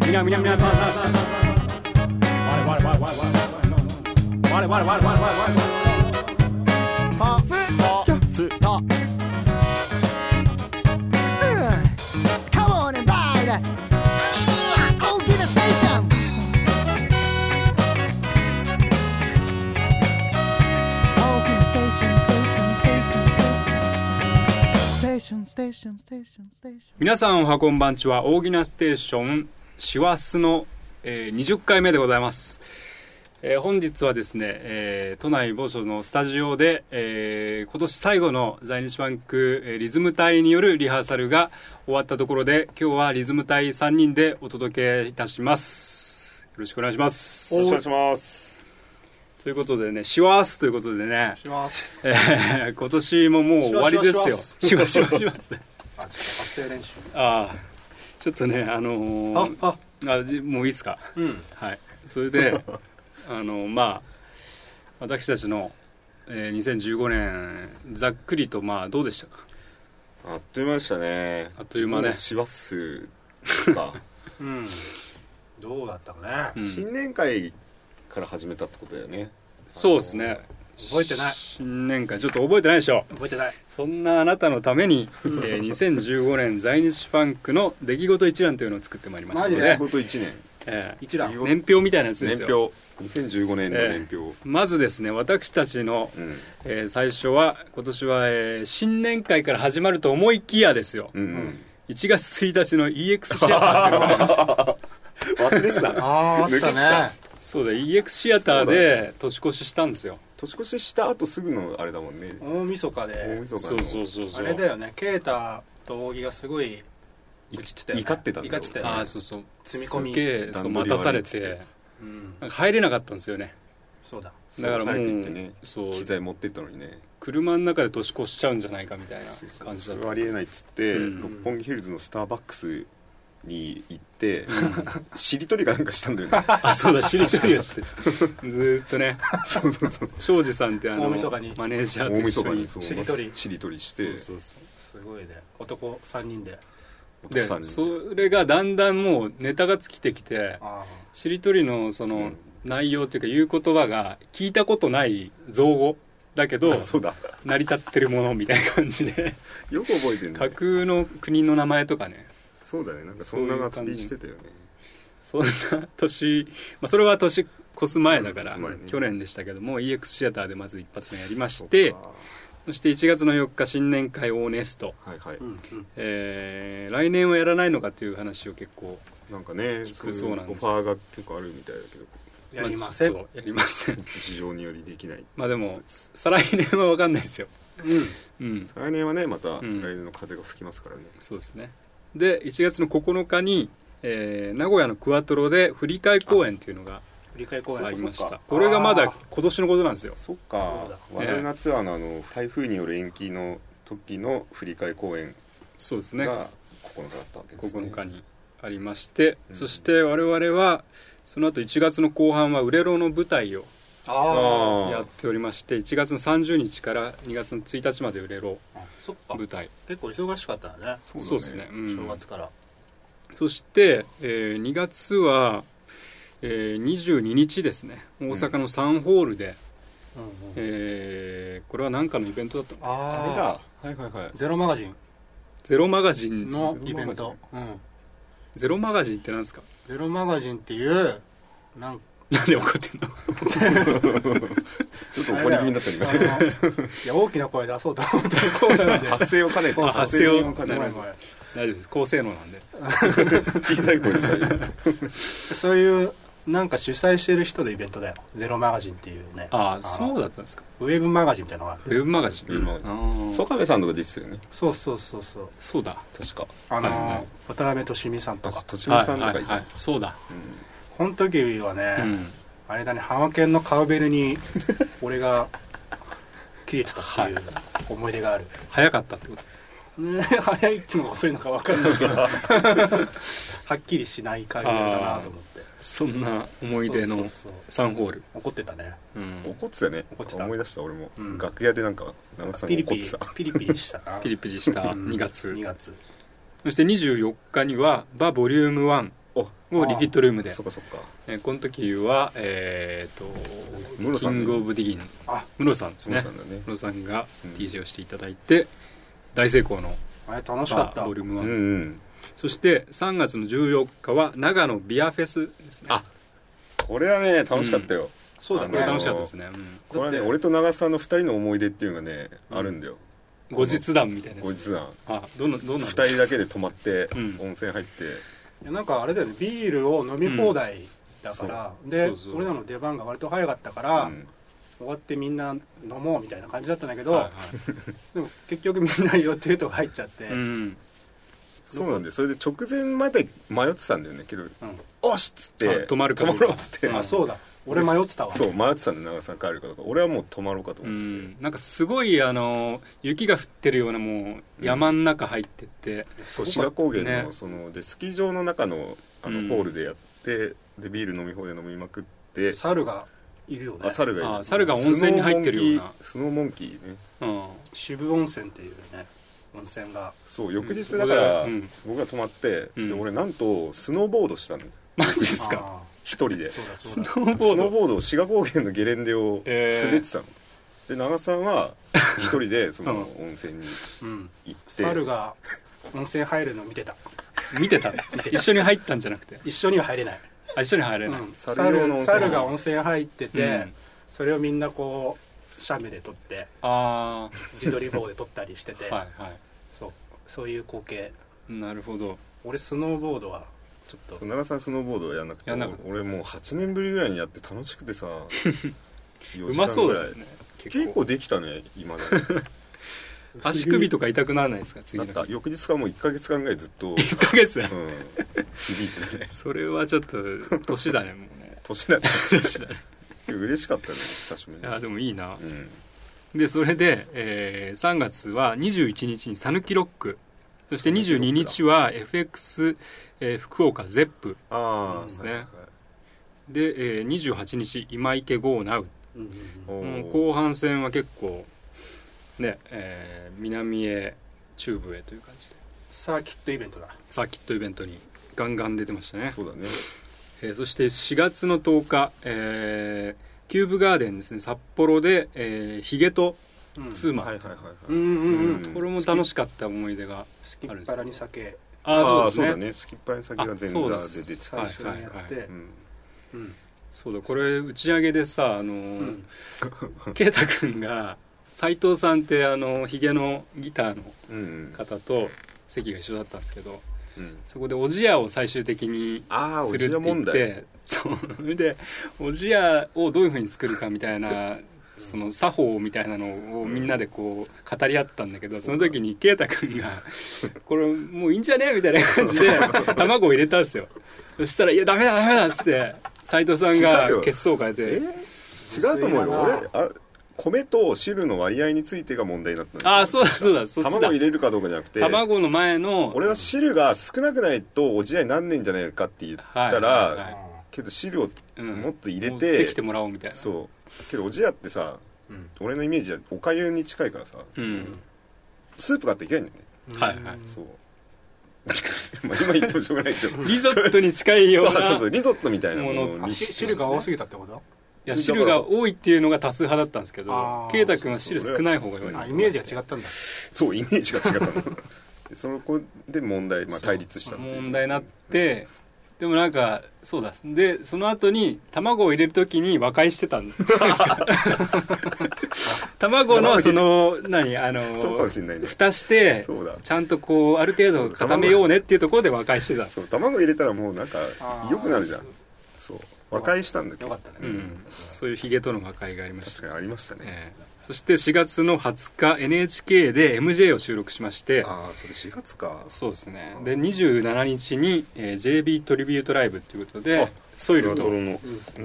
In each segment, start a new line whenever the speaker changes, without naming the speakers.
皆皆皆さんさんさんさんさん我我我我我我我我我我我我
ポツポキャストうんカモンバイ大きなステーション大きなステーションステーションステーションステーションステーションステーションステーション
皆さんおはこんばんちは大喜なステーション師走の、えー、20回目でございます、えー本日はですね、えー都内某所のスタジオで、えー今年最後の在日バンク、えーリズム隊によるリハーサルが終わったところで今日はリズム隊3人でお届けいたしますよろしくお願いします
お願いします。
ということでね、師走ということでね、えー今年ももう終わりですよ。しわしわします。ああ、ちょっとね、あのー
あ
あじもういいですか。
ん
はい。それで、 あのまあ私たちの、えー2015年ざっくりとまあどうでしたか。
あっという間でしたね。
あっという間ね
も師走ですか。
うんどうだったか
う
ね
ん
新年会から始めたってことだよね。
そうですね。
覚えてない
新年会ちょっと覚えてないでしょ。
覚えてない
そんなあなたのために、えー2015年在日ファンクの出来事一覧というのを作ってまいりましたの
マ
で、
ジ
ね
で
こと一年。
えー
一覧
年表みたいなやつです
年
よ
表。2015年の
え
年表。
えまずですね私たちの、
うん
えー最初は今年は、えー新年会から始まると思いきやですよ、
うんうん。
1月1日の EX シアターっ ていうのが
忘れてた。
あああっ
抜けて
たね
そうだ EX シアター
そう
で年越ししたんですよ
年越しした後すぐのあれだもんね。
大晦日
大
で
晦日
そ
の
うそうそうそ
あ
う
れだよね啓太と扇がすごい
い
愚痴ってたよね
怒ってたんだよ
怒ってたよ
あ
ね
あそうそう
積み込み
すげえそう待
段取り
たさ
悪い
れ
っつって
て
うん
なんか入れなかったんですよね
そうだ
だからもう
早く行ってね。
そう
機材持ってったのにね。
車の中で年越しちゃうんじゃないかみたい
そうそ
な
う
感じだっ
そ
た
れはありえないっつって、
うん
六本木ヒルズのスターバックスに行って、しりとりかなんかしたん だよね
あそうだしりとりを してずーっとね
そうそうそう
庄司さんってあの
大晦日に
マネージャ
大
ーと一緒
晦日
に
にそう
しりとり
しりとりし
そう
て
そうそう
すごいね男三人で
お父
で
さんに
それがだんだんもうネタが尽きてきて
あ
しりとりのその
ん
内容っていうか言う言葉が聞いたことない造語だけど
あそうだ
成り立ってるものみたいな感じで
よく覚えてる
架
ね
空の国の名前とかね
そうだねなんかそんな遊びしてたよね
そんな年、まあ、それは年越す前だから
うん越す前ね
去年でしたけども EX シアターでまず一発目やりまして
そっか
そして1月の4日新年会オーネスト、
はいはい、
あうんうん
えー来年はやらないのかという話を結構
なんかね
低そうなん
オ
で
フ
すよ
ァーが結構あるみたいだけど
やりません
あちょっとやりません
事情によりできない
まあでも
す
再来年は分かんないですよ
うん
うん
再来年はねま
ん
た再来年の風が吹きますからね、
そうですねで1月の9日に、えー名古屋のクワトロで振り替え公演というのが
振り返公
あ
演
りまし
そ
た
っか
これがま
あ
だ
ー
今年のことなんですよ
そっ
そう
か
だ
我々夏はあのあの台風による延期の時の振り替え公演
そうですね
が9日だったわけですね
9日にありまして、
うん
そして我々はその後1月の後半は「売れろ」の舞台を
ああ
あー
やっておりまして1月の30日から2月の1日まで「売れろ
そっ」か
舞台
結構忙しかったね
そ
そう
う
で
だね
すね、うん
正月から
そして、え2月は、えー22日ですね大阪のサンホールで、
うんうん
えーこれは何かのイベントだったのかな
あれ
ああ
だはいはいはい
ゼロマガジン
ゼロマガジン
のイベント、うん、
ゼロマガジンってなんですか
ゼロマガジンっていうなんか
なんで怒ってんの
ちょっと怒り気味になった
あ
今
のいや大きな声出そうと思ってこうなん で
発声を兼ねて
あ
発声を
兼
な
ね
るほど
ごめんごめん
大丈夫です高性能なんで
て小さい声で
そういうなんか主催してる人のイベントだよゼロマガジンっていうね
ああ
ー
そうだったんですか
ウェブマガジンみたいなのがあって
ウェブマガジン、
ウェブマガジン
あー
曽我部さんとか出てたよね
そうそうそうそう
そうだ
確か
あの、
はいはい
渡辺俊美さんと
あ
か
とちみ
はい
さんと
は
か
い
い
は
た
いそうだ、
この時はね、
うん、
あれだね浜県のカウベルに俺が切れてたっていう思い出がある、
早かったってこと
ね 早いっちのが遅いのか分かんないけど はっきりしないカウベルだなと思って
そんな思い出
そう
の
そうそう
サンホール
怒ってたね
うん、
怒ってたよね
怒ってた
思い出した俺も
うん
楽屋でなんか長瀬さんが
ピリ
怒
ピ
っ
リ
てた
ピリピ リしたな
ピリピリした
うん
2月
2月
そして24日には「バボリューム1
お
をリキッドルームで
そっかそっか
えーこの時はえーと
ムロ
キ
さん
ン
ね
グオブディギン
あ
ムロさんです
そう
ね
さんだね
ムロさんが
うん
DJ をしていただいて大成功の
あれ楽しかっ
まあ
た
ボリューム
う
は
んうん
そして3月の14日は長野ビアフェスですね
あこれはね楽しかったよ、
そうだ
これ
ね
楽しかったですね、うん
これはね
だって
俺と長澤の2人の思い出っていうのがね、あるんだよ
後日談みたいなや
後
つ
日談
あどんなどんな
2人だけで泊まって、
うん
温泉入って
いやなんかあれだよねビールを飲み放題だから、
ん
で
そうそう
俺らの出番が割と早かったから、
うん
終わってみんな飲もうみたいな感じだったんだけど、
はいはい
でも結局みんな予定とか入っちゃって、
うん
そうなんでそれで直前まで迷ってたんだよねけど
うん
「おし!」っつって
あ泊まるかど
泊
う
ま
か
ろうっつって、
あそうだ俺迷ってたわ
そう迷ってたんで長澤帰るかどうか俺はもう泊まろうかと
う
思ってて、
ん、なんかすごいあの雪が降ってるようなもう山の中入ってって、
そう
す
志
ごか
賀
っ
高原の,、
ね
そのでスキー場の中のあの、
うん
ホールでやってでビール飲み放題飲みまくって
た猿がいるよね
あ猿がいる
あ猿が温泉に入ってるような
スノーモンキースノーモンキーね
うん
渋温泉っていうね温泉が
そう翌日だから、
うん
僕が泊まって、
うん
で俺なんとスノーボードしたの
マジですか
あ
一人で
ーそうだ
ス
そう
ノ
だ
ーボ
ス
ー
ノ
ド
ーボードを志賀高原のゲレンデを滑
えー
ってたの、で長さんは一 人でその温泉に
うん
行って、
猿が温泉入るの見てた
見てた一緒に入ったんじゃなくて
一緒には入れない、
あ一緒に入れ
う
ない、
ん、
猿用の温
猿
泉
猿が温泉入ってて、
うん
それをみんなこうシャメで撮って
あ
自撮り棒で撮ったりしてて、
あはいは
そうそういう光景
いなるほど
俺スノーボードはちょっ
そ
と
う長さんスノーボードをやらなくて
やんなかった
俺もう8年ぶりぐらいにやって楽しく てさ
う
う
まそうだよね
結構できたね今だに
足首とか痛くならないですか 次
な
の
っ
日
た翌日からもう1か月間ぐらいずっ と、うん、
1ヶ月
響いてね
それはちょっと年だねもうね
年だね嬉しかったね久しぶり
い
に
やでもいいな
うん
でそれで、えー3月は21日に「さぬきロック」そして22日は FX、えー福岡ゼップ
ああ
ですねで、えー28日今池ゴーナウ、
うんうんうん
うん後半戦は結構ね、えー南へ中部へという感じで
サーキットイベントだ
サーキットイベントにガンガン出てましたね
そうだね
えーそして4月の10日、えーキューブガーデンですね札幌で、えーヒゲと
うん
ツーマン、
はいはいはいはい、
うんうんうん
うん
これも楽しかった思い出が
スキッパラに酒
あ
あ
あ
あ
そ
そうう
です
だ
ね
ねスキッパーに先が前
あそうだ
座で出てた
最初にや
はい
っ
はいは
て
うん
うん
そうだこれ打ち上げでさあの
う
ー
ん
圭太、君が斎藤さんってあのヒゲのギターの
うん
方と席が一緒だったんですけど
うん
そこでおじやを最終的に
ああ
す
お
るっ
じ
て
や
言
問
っ
題
てそうそれでおじやをどういうふうに作るかみたいなその作法みたいなのをみんなでこう語り合ったんだけど、その時に圭太君が「これもういいんじゃねみたいな感じで卵を入れたんですよそしたら「いやダメだダメだ」っつって斎藤さんが
違うよ
血相を変えて
え違うと思うよ
無水
俺あ米と汁の割合についてが問題になったんだよ
ああそうだそうだそっちだ
卵入れるかどうかじゃなくて
卵の前の
俺は汁が少なくないとおじやになんねんじゃないかって言ったら、
はいはいはい
けど汁を
うん
もっと入れて、
持ってきてもらおうみたいな
そうけどおじやってさ
うん
俺のイメージはおかゆに近いからさ、
うん
スープがあっていけないんだよね、
うん
はいはい
そう まあ今言ってもしょうがないけど
リゾットに近いよう
そう
な
そうそうリゾットみたいなもの
あ
に
し汁が多すぎたってこと
いや汁が多いっていうのが多数派だったんですけど
あー
圭太君は汁少ない方が良
あ
い
イメージが違ったんだ
そうイメージが違ったのでその子で問題、まあ、対立したっていう
問題になってでもなんかそうだでその後に卵を入れる時に和解してた んだ卵のその何あの
そうかもしれないね
蓋して
そうだ
ちゃんとこうある程度固めようねっていうところで和解してた
そう卵入れたらもうなんか
あー
良くなるじゃん
そう
そう和解したんだけ
よ
ど
かったね
うん、そういうヒゲとの和解がありました
確かにありましたね
ええそして4月の20日 NHK で MJ を収録しまして
ああそれ4月か
そうですねで27日に、えー JB トリビュートライブということでソイルと、
ド
え
ロの
うん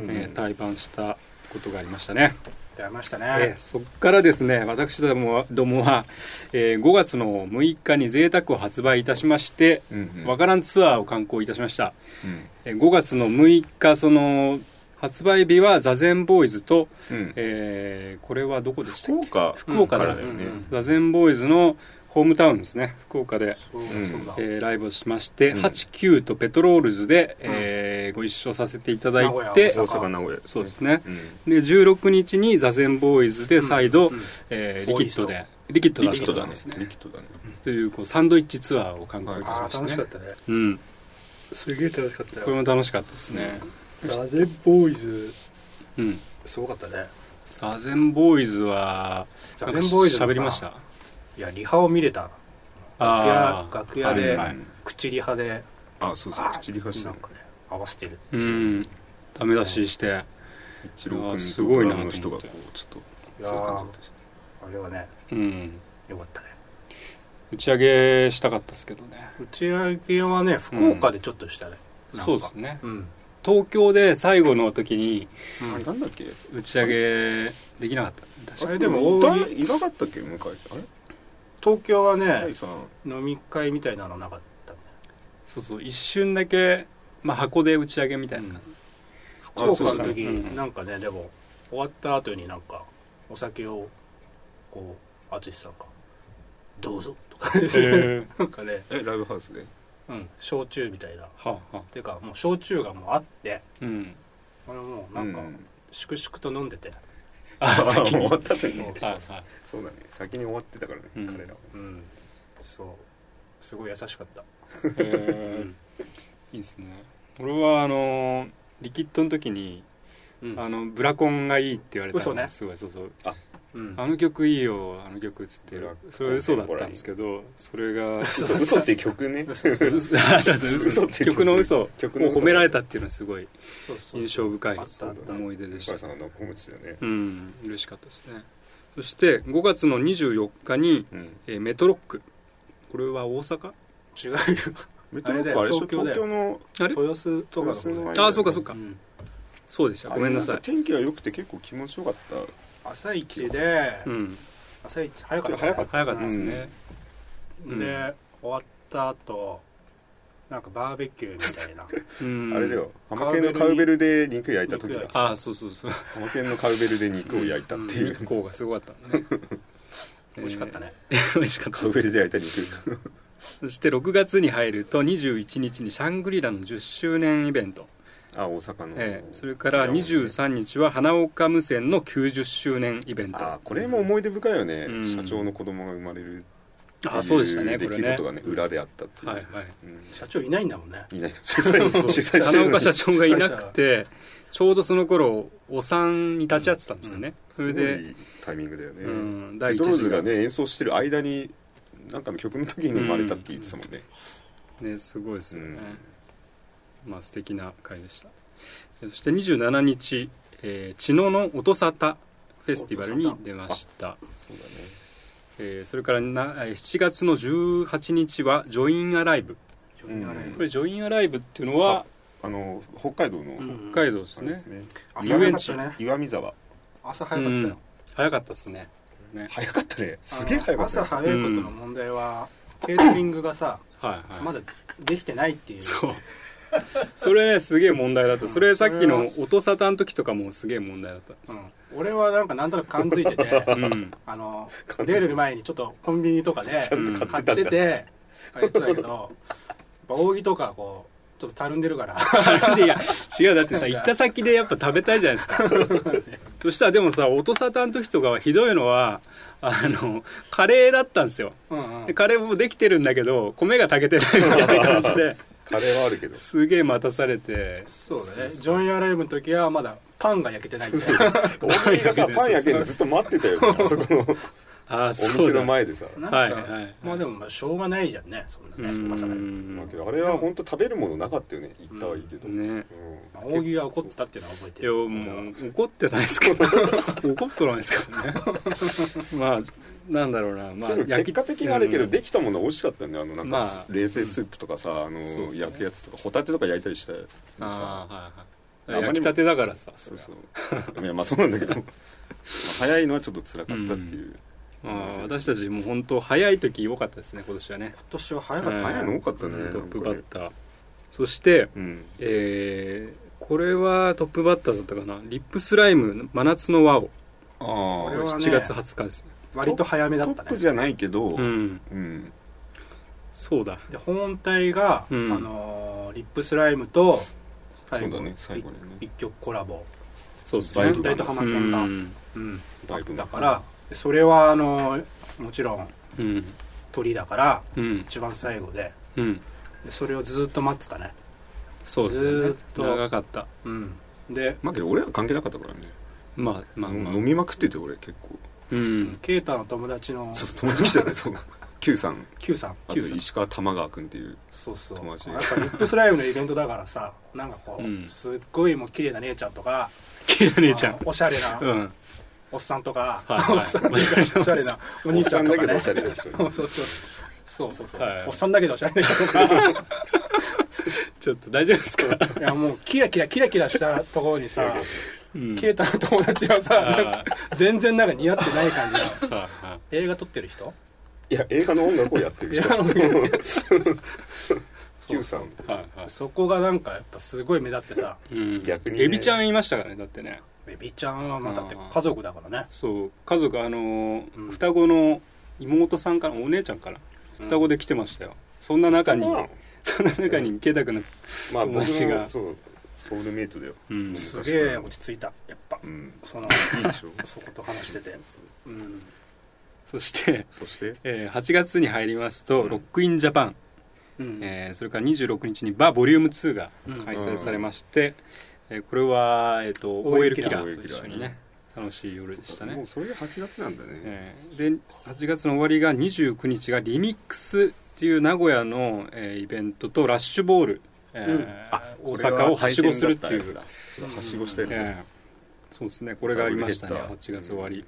ー対バンしたことがありましたね、
やりました
え
ね
ーそこからですね私どもはどもは、えー5月の6日に贅沢を発売いたしまして
うんうん
わからんツアーを観光いたしました、
うん
えー5月の6日その発売日は座禅ボーイズと、
うん
えーこれはどこでした
福
っけ
岡
福岡
か
だ
らだよね
うん
座禅ボーイズのホームタウンですね福岡で、
そう
うん
そうだ、
えーライブをしまして、
うん
89とペトロールズで、えーご一緒させていただい
名古屋
て
大阪名古屋
そうですね
うん
で16日に座禅ボーイズで再度、
うん
えー
ボ
リキ
ーイ
ッ
ズ
ド
と
でリキッド
リ
出
キ
し
ッ
て
ド
た
だ
ん
ね
ですね
リキッドだね
というこうサンドイッチツアーを観光いたし
あ
ま
ー
した
楽
ね
しかったね
うん、こ
すげえ楽しかった
れ
よ
も楽しかったですね、
ザ・ゼンボーイズ
うん、
すごかったね
座禅ボーイズは
ザ・ゼンボーイズのさ
喋りました
いやリハを見れた楽屋
あー
楽屋で、
はいはい
口リハで
あそうそう口リハして
なん
る
かね合わせてる
うんダメ出しして
一郎
あー
君
す
と
ごい
ド
なと思
ラムの
って
人がこうちょっ
い
と
やー
そういう感じだったし
あれはね
うん
よかったね
打ち上げしたかったですけどね
打ち上げはね福岡でちょっとしたね、なんか
そうですね
うん
東京で最後の時に
あれなんだっけ
打ち上げできなかった確
あ
か
れでも
い
大
た
喜利
いなかったっけ向井あれ
東京はね、
大さん
飲み会みたいなのなかったね
そうそう一瞬だけ、まあ、箱で打ち上げみたい な感じ、
福岡の
そう
です
時、
ねうん
なんかねでも終わった後になんかお酒をこう淳さんが「どうぞ」とか、
へー
なんかね、
えライブハウスで
うん、焼酎みたいなっ
はあはあ
ていうかもう焼酎がもうあって
うん
これもうなんか
う
粛々と飲んでて、
あ
あ
先
終
に
わった後にね
もう
はいはい
そうだね先に終わってたからね
うん
彼らは
うん、そうすごい優しかった、う
へー
ん
いいですね俺はあのーリキッドの時に、
うん
あのブラコンがいいって言われた
嘘
の
ね
すごいそうそう
うん
あの曲いいよあの曲っつって
ブラコン
それ嘘だったんですけどそれが
嘘嘘って曲ね
そうそう嘘あそうそう嘘
嘘っていう
曲の嘘を
曲の嘘
褒められたっていうのはすごい
そうそう
印象深い
あったあった
思い出で
向井
した
さんのホームズだよね
うん嬉しかったですねそして5月の24日に、
うん
えーメトロックこれは大阪
違うよ
メトロックあれでしょ
東京だ
東
よ
京の
あれ
豊洲とかのことだよ
豊洲の
ああそうかそう
う
か
ん
そうでしたごめんな
あ
さ
れ
い
か天気が良くて結構気持ちよかった
朝一で、
うん
朝一早かった、
早かった
早かったですね、
で、
うん
終わった後なんかバーベキューみたいな
うん
あれだよ
うん
浜県のカウベルで肉焼いた時
肉
だ
焼
ああそうそうそう
浜県のカウベルで肉を焼いたってい
日
う
光がすごかったね
美味しかったね、
えー美味しかった
カウベルで焼いた肉
そして6月に入ると21日にシャングリラの10周年イベント、
あ大阪の
えーそれから23日は花岡無線の90周年イベント
あこれも思い出深いよね
うん
社長の子供が生まれるって
あそうでした
い
ね
う
これ
出来
ね
事がね裏であったっていう
はいはい
うん
社長いないんだもんね
いないの主催
そう
主催して
花
るの
岡
に
社長がいなくてちょうどその頃お産に立ち会ってたんですよね、それ
すご
で、
いタイミングだよね、
うん、
ペ
第
ト
一
ローズ
次
が
がね
ね演奏してる間になんかの曲の時に生まれたって言ってたもんね、
すごいですよね、まあ素敵な会でしたえそして27日、えー、千野の音沙汰フェスティバルに出ました
そうだね
えーそれからなえー7月の18日はジョインアライブ
ジョニーアライ
うん
これジョインアライブっていうのは
あの北海道の、
ブうん
北海道です
あれ
ね、
ですね
朝早かったね
岩見沢
朝早かった
うん
よ、
早かったですねね
早かったねすげえ早かった
あの朝早いことの問題は、ケータリングがさ
はいはい
まだできてないっていう
そうそれねすげえ問題だったそれさっきの音沙汰の時とかもすげえ問題だったんです
う
よ、
ん、俺はなんかなんとなく感づいてて
うん
あの
感づいて
出る前にちょっとコンビニとかで
ちゃんと買
買
っ
って
たん
て
だ
てあ言ってたけどやっぱ扇とかこうちょっとたるんでるから
なんでいや違うだってさ行った先でやっぱ食べたいじゃないです かそしたらでもさ音沙汰の時とかはひどいのはあのカレーだったんですよ
うんう
で
ん
カレーもできてるんだけど米が炊けてないみたいな感じで
カレーはあるけど
すげえ待たされて
そうだねジョインアライブの時はまだパンが焼けてないみたいな
大井がさパン焼けるのずっと待ってたよ、ね、あそこの
ああ
お
そう
店
だ
の前でさ
なん
はい
か
はい
まあでもまあしょうがないじゃんねそんな
う
ねまさかね
まあ
ん
けどあれは本当食べるものなかったよね行ったはいいけど、うん
ね
まあ扇が怒ってたっていうのは覚えて
いや
る
もう怒ってないです けど怒ってないですからねまあなんだろうなまあ
でも結果的にあれけど
うん
できたものは美味しかったんだよあのなん
ま
か
あ
ス冷製スープとかさあの
そうそう
焼くやつとかホタテとか焼いたりしたりさ
ああ
あま
はいはい
りにも
焼きたてだからさ
そうそういやまあそうなんだけどまあ早いのはちょっと辛かったっていう
まあ私たちも本当早い時良かったですね今年はね
今年は早か
うん
った
早いの多かったね
トップ
な
バッ
んかね
ターそして
うん
えーこれはトップバッターだったかなリップスライム真夏の輪を
あ
こ
こ
れ
れ
はね
7月20日ですね
割と早めだった
トップ
ね
じゃないけど、う
うんんそうだ
で本体が、
うん
あのーリップスライムと
そうだね最後にね
一曲コラボ、
そうです
バイ
ね
ブ
本体とハマ
う
ケンが、
ん
うん
だいぶ
だからそれはあのーもちろん
うん
鳥だから
うん
一番最後で
うん
でそれをずっと待ってたね、
そうです
ず
よ
ー
ね
っと
長かった
うん、で
まあけど俺ら関係なかったからね、
まあまあまあ
飲みまくってて俺結構
うん
啓太の友達の
そうそう友達来たねそう Q さん
Q さん
あと
Q さん
石川玉川君っていう
そうそう
友達
やっぱリップスライムのイベントだからさなんかこう、
うん
すっごいもう綺麗な姉ちゃんとか
ケイラ姉ちゃ
あ
ん
のおしゃれな、
うん
おっさんとか、
はいはい
おっさんとかおしゃれなお兄さんとか、ね、
おっさんだけどおしゃれな人
そうそうそうそうそう、
はい
おっさんだけどおしゃれな人 とか
ちょっと大丈夫ですか
いやもうキラキラキラキラしたところにさ
うん
啓太の友達はさ
あー
なんか全然なんか似合ってない感じの
はいはい
映画撮ってる人
いや映画の音楽をやってる人
映画の音楽
Q さん
はいはい
そこがなんかやっぱすごい目立ってさ
うん
逆にね
エビちゃんいましたからねだってね
ベビちゃんはまあだって家族だからね
そう家族あのー
うん
双子の妹さんからお姉ちゃんから双子で来てましたよそんな中に
うん
そんな中にケイタ君の
まあ
友
僕
達が
がそうソウルメイトだよ、
うん
すげえ落ち着いたやっぱ
うん、
その
いいでしょ
そこと話してて
そう
うん
そして、
そして
えー8月に入りますとロックインジャパン、
うん
えーそれから26日にバーボリューム2が
うん
開催されまして、えーこれは、えー、と
OL
OL
キ
キ
ラ
ラ
ー
ーと一緒にね楽しい夜でした
も
ね
う、それが8月なんだね、
えーで8月の終わりが29日がリミックスっていう名古屋の、えーイベントとラッシュボール、えー大阪をはしごするっていう
これは大変だったやつだそうはしごしたやつだ、
ええそうですねこれがありましたね
ダブルヘッダー
8月終わり、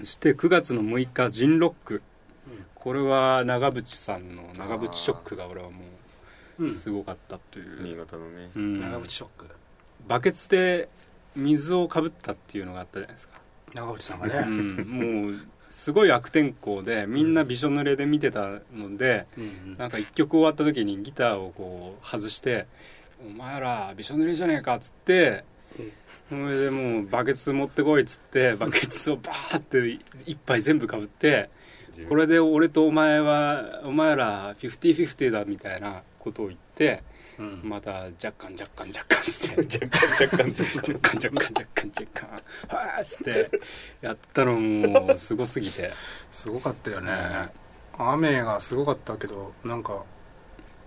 そして9月の6日ジンロック、
ん
これは長渕さんの長渕ショックが俺はも
う
うんすごかったという、
新潟のね
うん
長渕ショック
バケツで水をかぶったっていうのがあったじゃないですか、
長渕さんが
う
ね
ん、 もうすごい悪天候でみんなびしょ濡れで見てたので、
うん
なんか1曲終わった時にギターをこう外して「お前らびしょ濡れじゃねえか」っつってそれでもうバケツ持ってこいっつってバケツをバーって一杯全部かぶってこれで俺とお前はお前らフィフティフィフティだみたいなことを言って
うん
また若干若干若干っつって 若干若干若干若干若干若干はあっつってやったのもうすごすぎて
すごかったよ
ね
ね雨がすごかったけどなんかも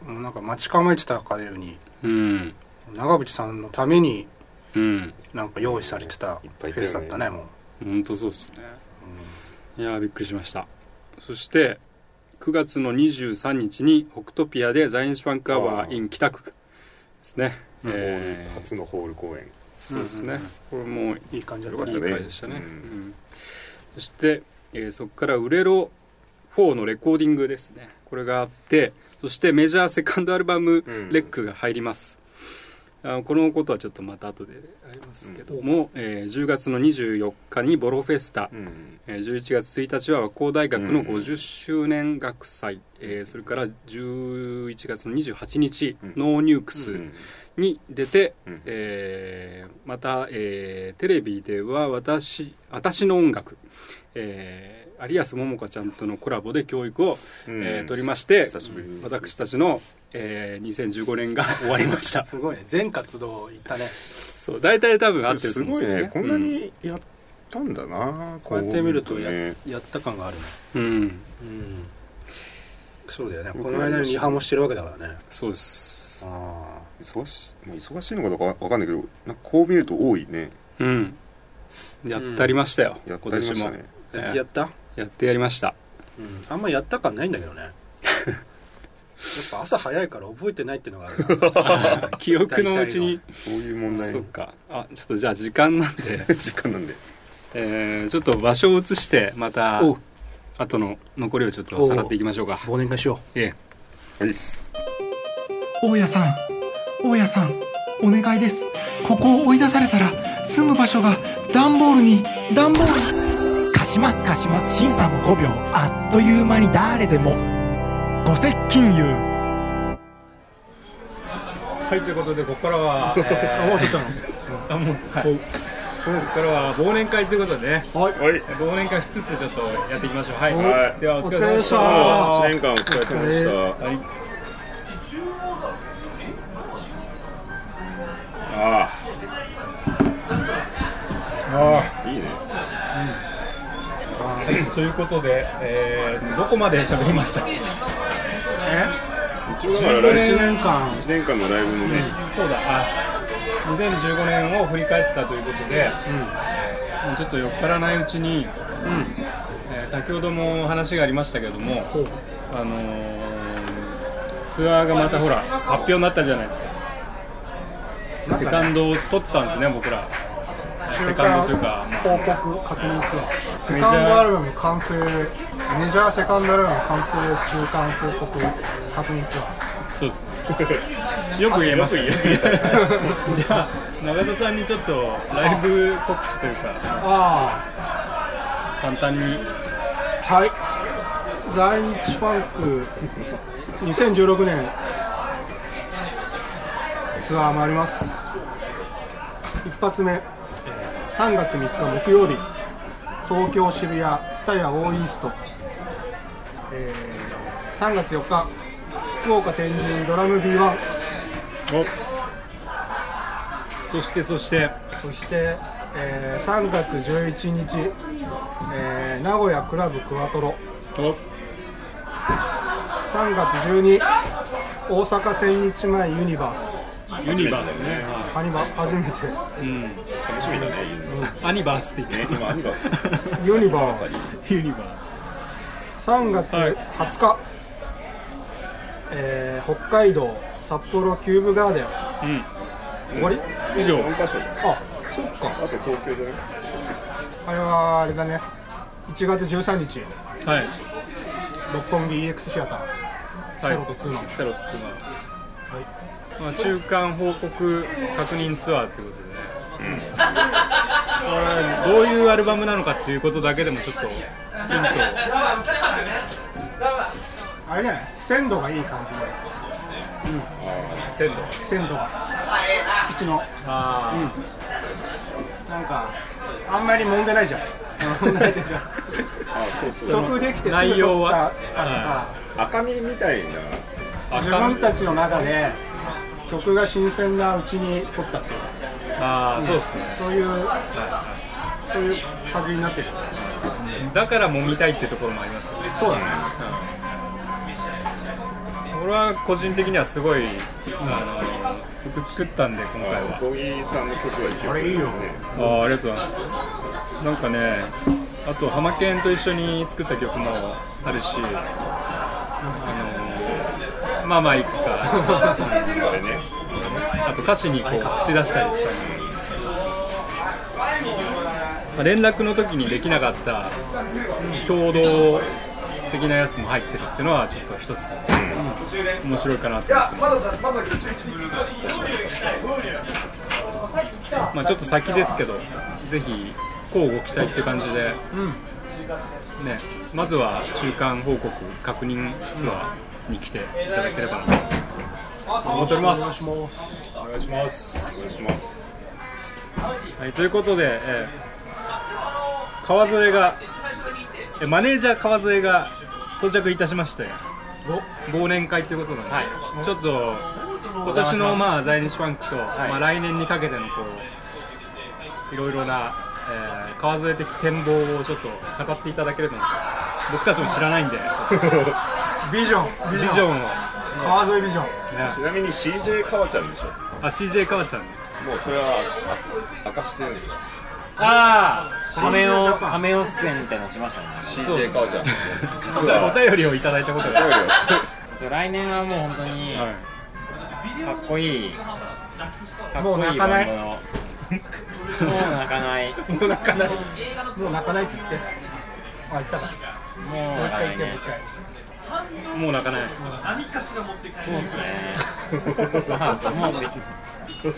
うなんか待ち構えてたかのように
うん
長渕さんのために
うん
なんか用意されてた
いっ
フ
ぱいいたよね
ェスだったねもう
本当そうっすねいやーびっくりしましたそして9月の23日に「北トピア」で在日ファンクアワ
あ
ー
ー
in 北区ですね、
うん
えー
初のホール公演
そうですね、
うん
こ
いい感じだっ
れ
た
も
ね
い
よ
い
かったね
回でしたね、
うん
うんそして、えーそこから「ウレロ4」のレコーディングですねこれがあってそしてメジャーセカンドアルバム
うん
レックが入ります、あのこのことはちょっとまた後でありますけども、えー10月の24日にボロフェスタ、
うん
えー11月1日は和光大学の
うん
50周年学祭、えーそれから11月の28日、
うん
ノーニューク
う
ス
ん
に出て、
うん
えーまた、えーテレビでは私「私の音楽」えー有安桃香ちゃんとのコラボで教育を、えー取りまして
久しぶりに
私たちの、えー2015年が終わりま した
すごいね全活動行ったね
そう大体多分合ってると
す
思うんで
ご
す
い
よ
ねこんなにやったんだな
こうやって見るとや,、
ね
やった感があるね
うん、うん
うんそうだよね
よ
こ
く
の
やりましたね
間にリハもしてるわけだからね
そうです
あ
忙しいまあ忙しいのかどうかわかんないけどなんかこう見ると多いね
うんやったりましたよ、
やったりましたね
あ
ね
やってやった
やってやりました
うんあんまやった感ないんだけ どねやっぱ朝早いから覚えてないっていうのがあ るな
記憶のうちに
そういう問題
そっかあちょっとじゃあ時間なんで、
時間なんで
えーちょっと場所を移してまた
おう
後の残りをちょっとさらっていきましょうか
忘年会しよう
え
はいっす
大家さん大家さんお願いですここを追い出されたら住む場所が段ボールに段ボール貸します貸します審査も5秒あっという間に誰でもご接近言う
えはいということでここからは、
あもう出たの
あもう、はい、とりあえずこれは忘年会ということでね
はい
はい
忘年会しつつちょっとやっていきましょうはい、
はい
ではお疲れ様でし
お疲れ様でし
あー1年間お疲
た
れ様でし
お疲
た
はい
あ
あ
あいいね
ーということで、えー、どこまで喋りましたっけ
え
一応だから来週
1年間
1年間のライブのね
そうだあ2015年を振り返ったということで、もうちょっと酔っ払わないうちに、えー先ほども話がありましたけれども、あのーツアーがまたほら発表になったじゃないですかセカンドを取ってたんですね僕らセカンドというか、まあ
報告確認ツアーセ
メジャー
カンドアルバム完成メジャーセカンドアルバム完成中間報告確認ツアー
そうですね。よく言えました、ね。
よく言えた
じゃあ永田さんにちょっとライブ告知というか
あ
簡単に
あはい在日ファンク2016年ツアーもあります一発目えー3月3日木曜日東京渋谷蔦屋オーイースト、えー3月4日福岡天神ドラム B1
そしてそして
そして、えー3月11日、えー名古屋クラブクワトロ
お
3月12大阪千日前ユニバース
ユニバースね。
アニバ初めて
うん。
楽しみだね
アニバースって言
ね
って
今アニバース
ユニバース
ユニバース。
3月
はい
20日、えー北海道札幌キューブガーデン
うん。
終わり
以上。
4箇所
あそっか
あと東京じゃない
あれはあれだね1月13日
はい。
六本木 EX シアターセロとツーマン
セロとツーマン。はい。まあ中間報告確認ツアーということでね。これどういうアルバムなのかっていうことだけでもちょっとヒン
あれじゃない鮮度がいい感じで
ト鮮度。
鮮度がピチピチの
ああ。
なんかあんまり揉んでないじゃん揉んでないっていうか
あそうそう
取得できてすぐ
内容は
取ったからさ
赤身みたいな
あ
自分たちの中で曲が新鮮なうちに取ったっていうか
ああそうですね。
そういうそういう作品になってる
だから揉みたいってところもありますよね。
そうだね
俺は個人的にはすごいあの曲作ったんで今回は
小木さんの曲はいける
あれいいよ
あーありがとうございますなんかねあとハマケンと一緒に作った曲もあるしあのーまあまあいくつか
あれね
あと歌詞にこう口出したりしたりまあ連絡の時にできなかった共同的なやつも入ってるっていうのはちょっと一つ面白いかなと思ってますまあちょっと先ですけどぜひこうご期待っていう感じで、ね、まずは中間報告確認ツアーに来ていただければなと思っておりますお願いしま
お
す
願いします
はい、ということで、えー川添が、えーマネージャー川添が到着いたしまして忘年会ということなので、ちょっと今年のまあ在日ファンクと、まあ、来年にかけてのこういろいろな、えー川添的展望をちょっと語っていただければなと僕たちも知らないんで
ビジョン
ビ
ビ
ジ
ジ
ョ
ョン
ンを、ね、
川添ビジョン
ちなみに CJ かわちゃんでしょ
あ CJ 川ちゃん
もうそれはあ明かしてる
ああ仮面を仮面を出演みたいなのしましたね
CJ かわち ゃん実
お
は
便りをいただいた ことがある、
ちょ来年はもう本当に
はい
かっこいいかっ
もう
こい
泣
い
か
バ
な
ン
い
ドのもう泣かないも
もう泣かないもう泣かないって言ってあ言ったか
う
もう一
泣か
回
な
言っ
い
てもう一回
ね
もう泣かない
そうです ねまあもう別に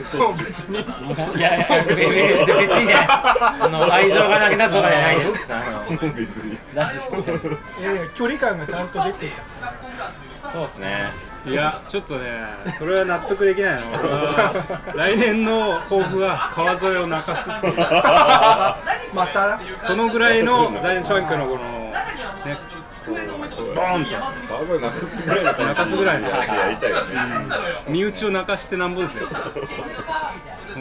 そう別に
もういやいや別に別にじゃないですあの愛情がなくなったとかじゃないですあの
別に
ラジオ
いやいや距離感がちゃんとできてきた
そうですね
いやちょっとねそれは納得できないの俺は来年の抱負は川沿いを泣かすっていう
また
そのぐらいのザインシャンクのこのね
ボーン とバーザー泣かすぐらいの感じ
泣かすぐらいの
やりたいですね
身内を泣かしてなんぼですよ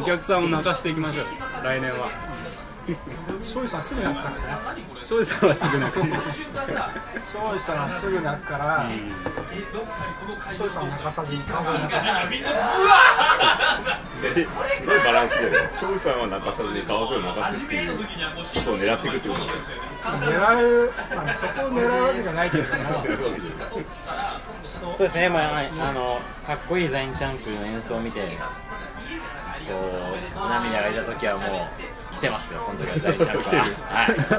お客さんを泣かしていきましょう来年は
庄司さんすぐ泣くからね
庄司さんは すぐ泣く
庄司さんすぐ泣くから庄司さんを泣かさずに彼女を泣かす
それすごいバランスでね翔さんは泣かさずに川添を泣かすっていうことを狙っていくってことですよ
狙う、まあ、そこを狙うわけじゃないけども
そうですね、まあ、あのかっこいいザインシャンクの演奏を見てこう涙が出た時はもう来てますよその時はザインシャンクは、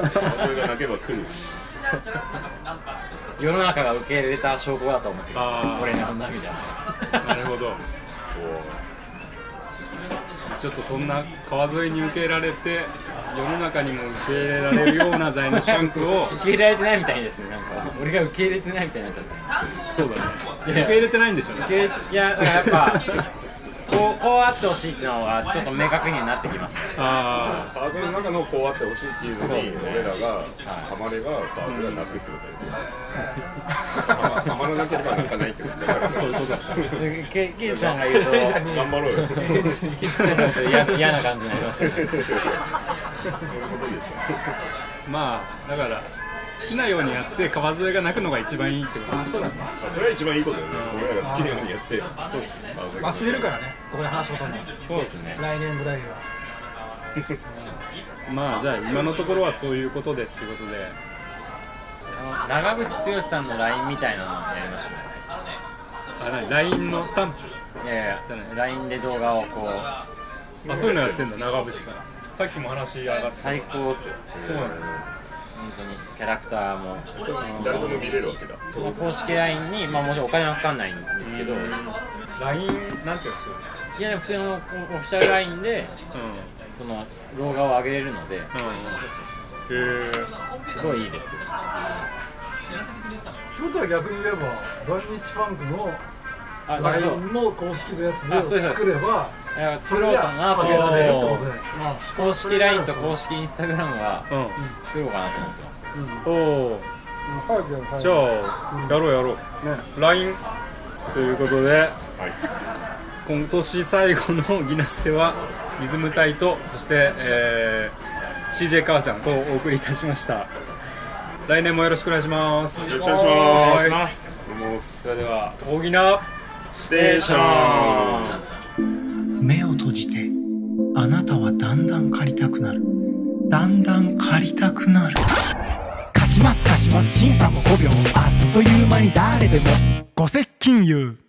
川添が
は
泣けば来る
い、世の中が受け入れた証拠だと思ってくだ
あ
さ
ー
い俺の涙
なるほどちょっとそんな川沿いに受け入れられて世の中にも受け入れられるようなザインシャンクを
受け入れられてないみたいですねなんか俺が受け入れてないみたいになっちゃった
そうだね
い
受
や
け入れてないんでしょうね
けいやだからやっぱこうこうあってほしいっていうのはちょっと明確にはなってきましたね
あ
川添の中のこうあってほしいっていうの
そうで
に
すね
俺らが浜れが川添が泣くってことだよね浜浜の中では泣かないってことだから
あそういうことですね
でケケイジさんが言うと
頑張ろうよそういう
ケイジさんが言うと嫌嫌な感じになりますよね
ことでし
まあだから好きなようにやって川沿いが泣くのが一番いいってことです
ょそれは一番いいことだよね俺らが好きなようにやってそうですね
忘れるからねここで話すことに
そうですね
来年ぐらいは
まあじゃあ今のところはそういうことでっていうことで
長渕剛さんの LINE みたいなのやりましょ
あ何 LINE のスタンプ
ういやいや
じゃない
LINE で動画をこう
あそういうのやってんだ長渕さんさっきも話上がって
最高っすよ
そうなんだ
本当にキャラクターも、
誰でも見れるわけだ
まあ、公式 LINE に、まあ、もちろんお金はかかんないんですけど、
LINE なんていうんですか
いやでも普通のオフィシャル LINE で
う
その動画を上げれるので
んうんへえ
すごいいいですよ
ってことは逆に言えば在日ファンクの
あだからそう
LINE の公式のやつ
あそう
で
です
作れば
いや
そ
作
れ
ろう
で
かなと
上げられるってことじゃないですか
まあ公式 LINE と公式 Instagram は
うん
作ろうかなと思ってますけど
おお
早くやる早く
じゃあやろうやろう
ね
LINE ということで、今年最後のギナステはリズム隊とそして、えー CJ 母ちゃんとお送りいたしました来年もよろしくお願いします
よろしくお願いし
は
ま
い
すどうもス
それでは大喜な
テーション
目を閉じてあなたはだんだん借りたくなるだんだん借りたくなる
貸します貸します審査も5秒あっという間に誰でもご接近言う